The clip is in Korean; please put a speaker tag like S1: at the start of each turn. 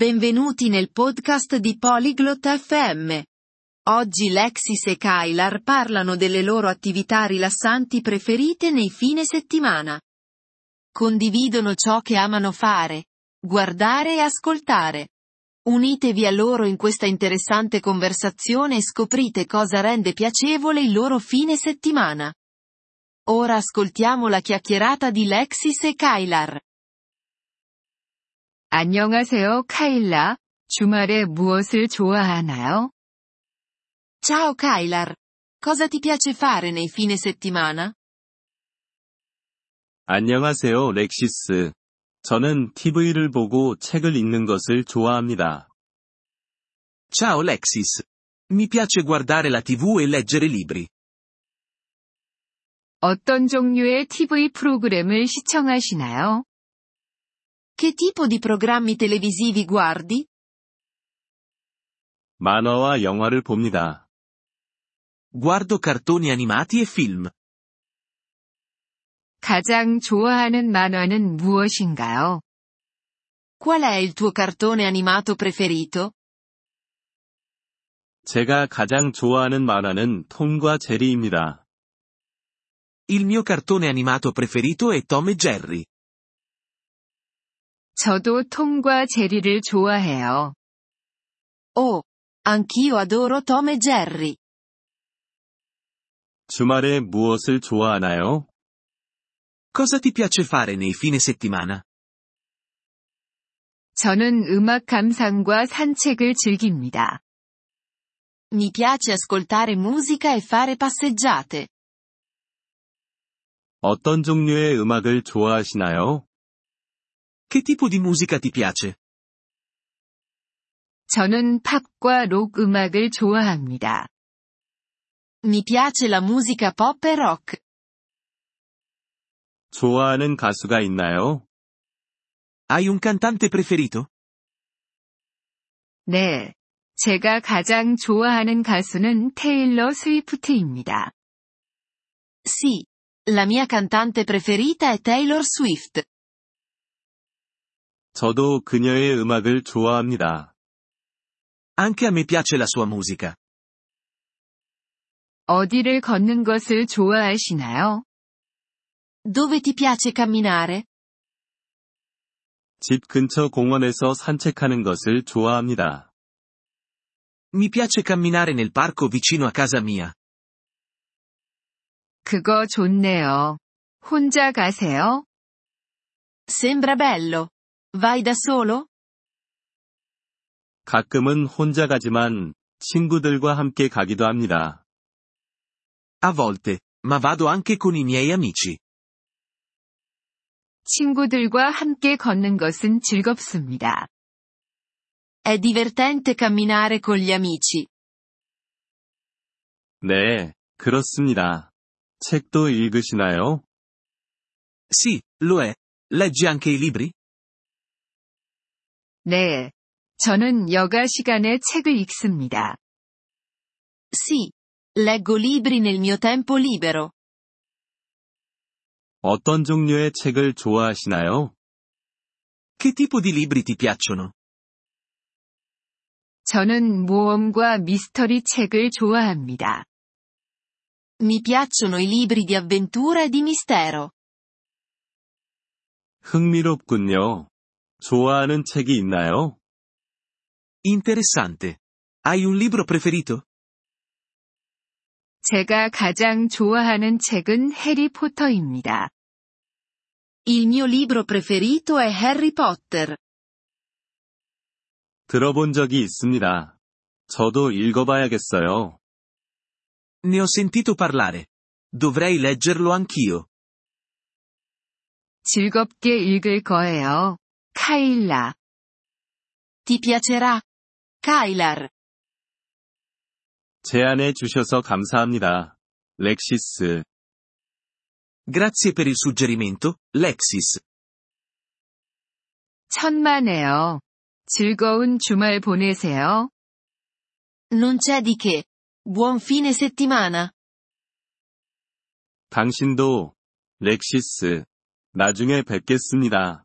S1: Benvenuti nel podcast di Polyglot FM. Oggi Lexis e Kylar parlano delle loro attività rilassanti preferite nei fine settimana. Condividono ciò che amano fare, guardare e ascoltare. Unitevi a loro in questa interessante conversazione e scoprite cosa rende piacevole il loro fine settimana. Ora ascoltiamo la chiacchierata di Lexis e Kylar.
S2: 안녕하세요, 카일라. 주말에 무엇을 좋아하나요?
S1: Ciao Kylar. Cosa ti piace fare nei fine settimana?
S3: 안녕하세요, 렉시스. 저는 TV를 보고 책을 읽는 것을 좋아합니다.
S4: Ciao Lexis. Mi piace guardare la TV e leggere libri.
S2: 어떤 종류의 TV 프로그램을 시청하시나요?
S1: Che tipo di programmi televisivi guardi?
S3: 만화와 영화를 봅니다.
S4: Guardo cartoni animati e film.
S2: 가장 좋아하는 만화는 무엇인가요?
S1: Qual è il tuo cartone animato preferito?
S3: 제가 가장 좋아하는 만화는 톰과 제리입니다.
S4: Il mio cartone animato preferito è Tom e Jerry.
S2: 저도 톰과 제리를 좋아해요.
S1: Oh, anch'io adoro Tom e Jerry.
S3: 주말에 무엇을 좋아하나요?
S4: Cosa ti piace fare nei fine settimana?
S2: 저는 음악 감상과 산책을 즐깁니다.
S1: Mi piace ascoltare musica e fare passeggiate.
S3: 어떤 종류의 음악을 좋아하시나요?
S4: Che tipo di musica ti piace?
S2: 저는 팝과 록 음악을 좋아합니다.
S1: Mi piace la musica pop e rock.
S3: 좋아하는 가수가 있나요?
S4: Hai un cantante preferito?
S2: 네. 제가 가장 좋아하는 가수는 테일러 스위프트입니다.
S1: Sì. La mia cantante preferita è Taylor Swift.
S3: 저도 그녀의 음악을 좋아합니다.
S4: Anche a me piace la sua musica.
S2: 어디를 걷는 것을 좋아하시나요?
S1: Dove ti piace camminare?
S3: 집 근처 공원에서 산책하는 것을 좋아합니다.
S4: Mi piace camminare nel parco vicino a casa mia.
S2: 그거 좋네요. 혼자 가세요?
S1: Sembra bello. Vai da solo?
S3: 가끔은 혼자 가지만 친구들과 함께 가기도 합니다.
S4: A volte, ma vado anche con i miei amici.
S2: 친구들과 함께 걷는 것은 즐겁습니다.
S1: È divertente camminare con gli amici.
S3: 네, 그렇습니다. 책도 읽으시나요?
S4: Sì, lo è. Leggi anche i libri?
S2: 네. 저는 여가 시간에 책을 읽습니다.
S1: Sì. Leggo libri nel mio tempo libero.
S3: 어떤 종류의 책을 좋아하시나요?
S4: Che tipo di libri ti piacciono?
S2: 저는 모험과 미스터리 책을 좋아합니다.
S1: Mi piacciono i libri di avventura e di mistero.
S3: 흥미롭군요. 좋아하는 책이 있나요?
S4: Interessante. Hai un libro preferito?
S2: 제가 가장 좋아하는 책은 해리포터입니다.
S1: Il mio libro preferito è Harry Potter.
S3: 들어본 적이 있습니다. 저도 읽어봐야겠어요.
S4: Ne ho sentito parlare. Dovrei leggerlo anch'io.
S2: 즐겁게 읽을 거예요. 카일라.
S1: Ti piacerà? Kylar.
S3: 제안해 주셔서 감사합니다. 렉시스.
S4: Grazie per il suggerimento, Lexis.
S2: 천만에요. 즐거운 주말 보내세요.
S1: Non c'è di che. Buon fine settimana.
S3: 당신도, 렉시스. 나중에 뵙겠습니다.